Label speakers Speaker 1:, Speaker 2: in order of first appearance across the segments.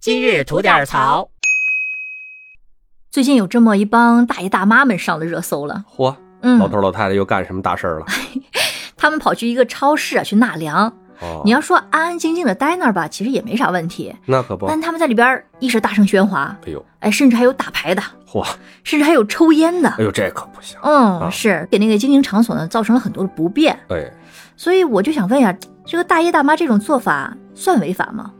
Speaker 1: 今日吐点槽。
Speaker 2: 最近有这么一帮大爷大妈们上了热搜了，
Speaker 3: 嚯，
Speaker 2: 嗯，
Speaker 3: 老头老太太又干什么大 事儿了？
Speaker 2: 他们跑去一个超市啊去纳凉。
Speaker 3: 哦，
Speaker 2: 你要说安安静静的待那儿吧，其实也没啥问题。
Speaker 3: 那可不，哎
Speaker 2: 但他们在里边儿一是大声喧哗，
Speaker 3: 呦，
Speaker 2: 哎，甚至还有打牌的，
Speaker 3: 嚯，
Speaker 2: 甚至还有抽烟的
Speaker 3: 哎。呦，这可不行，啊
Speaker 2: 嗯，是给那个经营场所呢造成了很多的不便。
Speaker 3: 哎，
Speaker 2: 所以我就想问呀，这个大爷大妈这种做法算违法吗？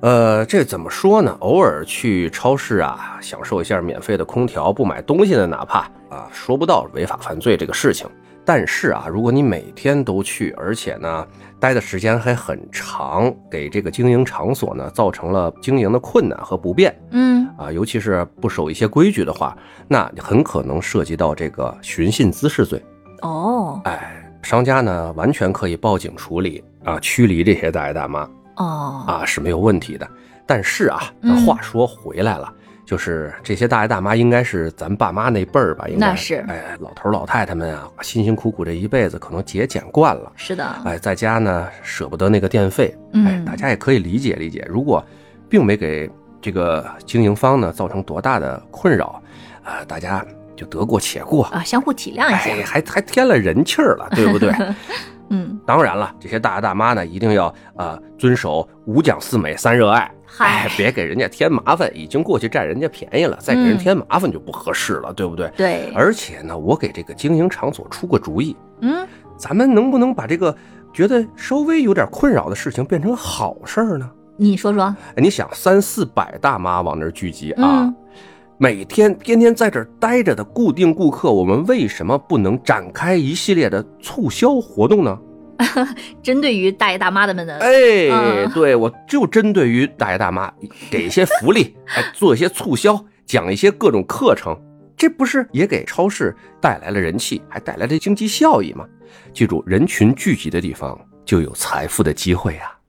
Speaker 3: 呃，这怎么说呢？偶尔去超市啊，享受一下免费的空调，不买东西的，哪怕啊，说不到违法犯罪这个事情。但是啊，如果你每天都去，而且呢，待的时间还很长，给这个经营场所呢造成了经营的困难和不便，
Speaker 2: 嗯，
Speaker 3: 啊，尤其是不守一些规矩的话，那很可能涉及到这个寻衅滋事罪。
Speaker 2: 哦
Speaker 3: 哎，商家呢完全可以报警处理啊，驱离这些大爷大妈
Speaker 2: 哦，
Speaker 3: 啊是没有问题的。但是啊，
Speaker 2: 嗯
Speaker 3: 话说回来了，就是这些大爷大妈应该是咱爸妈那辈儿吧？应该
Speaker 2: 那是
Speaker 3: 哎，老头儿老太太们啊，辛辛苦苦这一辈子可能节俭惯了。
Speaker 2: 是的，
Speaker 3: 哎，在家呢舍不得那个电费，哎
Speaker 2: 啊嗯，
Speaker 3: 大家也可以理解理解。如果并没给这个经营方呢造成多大的困扰，啊、大家就得过且过，
Speaker 2: 啊，相互体谅
Speaker 3: 哎
Speaker 2: 一，下。
Speaker 3: 还还添了人气儿了，对 不对？
Speaker 2: 嗯，
Speaker 3: 当然了，这些大爷大妈呢一定要呃遵守五讲四美三热爱，
Speaker 2: 嗨
Speaker 3: 哎，别给人家添麻烦，已经过去占人家便宜了，再给人
Speaker 2: 嗯
Speaker 3: 添麻烦就不合适了，对不对？
Speaker 2: 对，
Speaker 3: 而且呢，我给这个经营场所出个主意，
Speaker 2: 嗯，
Speaker 3: 咱们能不能把这个觉得稍微有点困扰的事情变成好事儿呢？
Speaker 2: 你说说，
Speaker 3: 哎你想，三四百大妈往那儿聚集啊，
Speaker 2: 嗯
Speaker 3: 每天天天在这儿待着的固定顾客，我们为什么不能展开一系列的促销活动呢？
Speaker 2: 针对于大爷大妈的们的，
Speaker 3: 哎，
Speaker 2: 嗯
Speaker 3: 对我就针对于大爷大妈，给一些 福利，哎，做一些促销，讲一些各种课程，这不是也给超市带来了人气，还带来了经济效益吗？记住，人群聚集的地方就有财富的机会呀、啊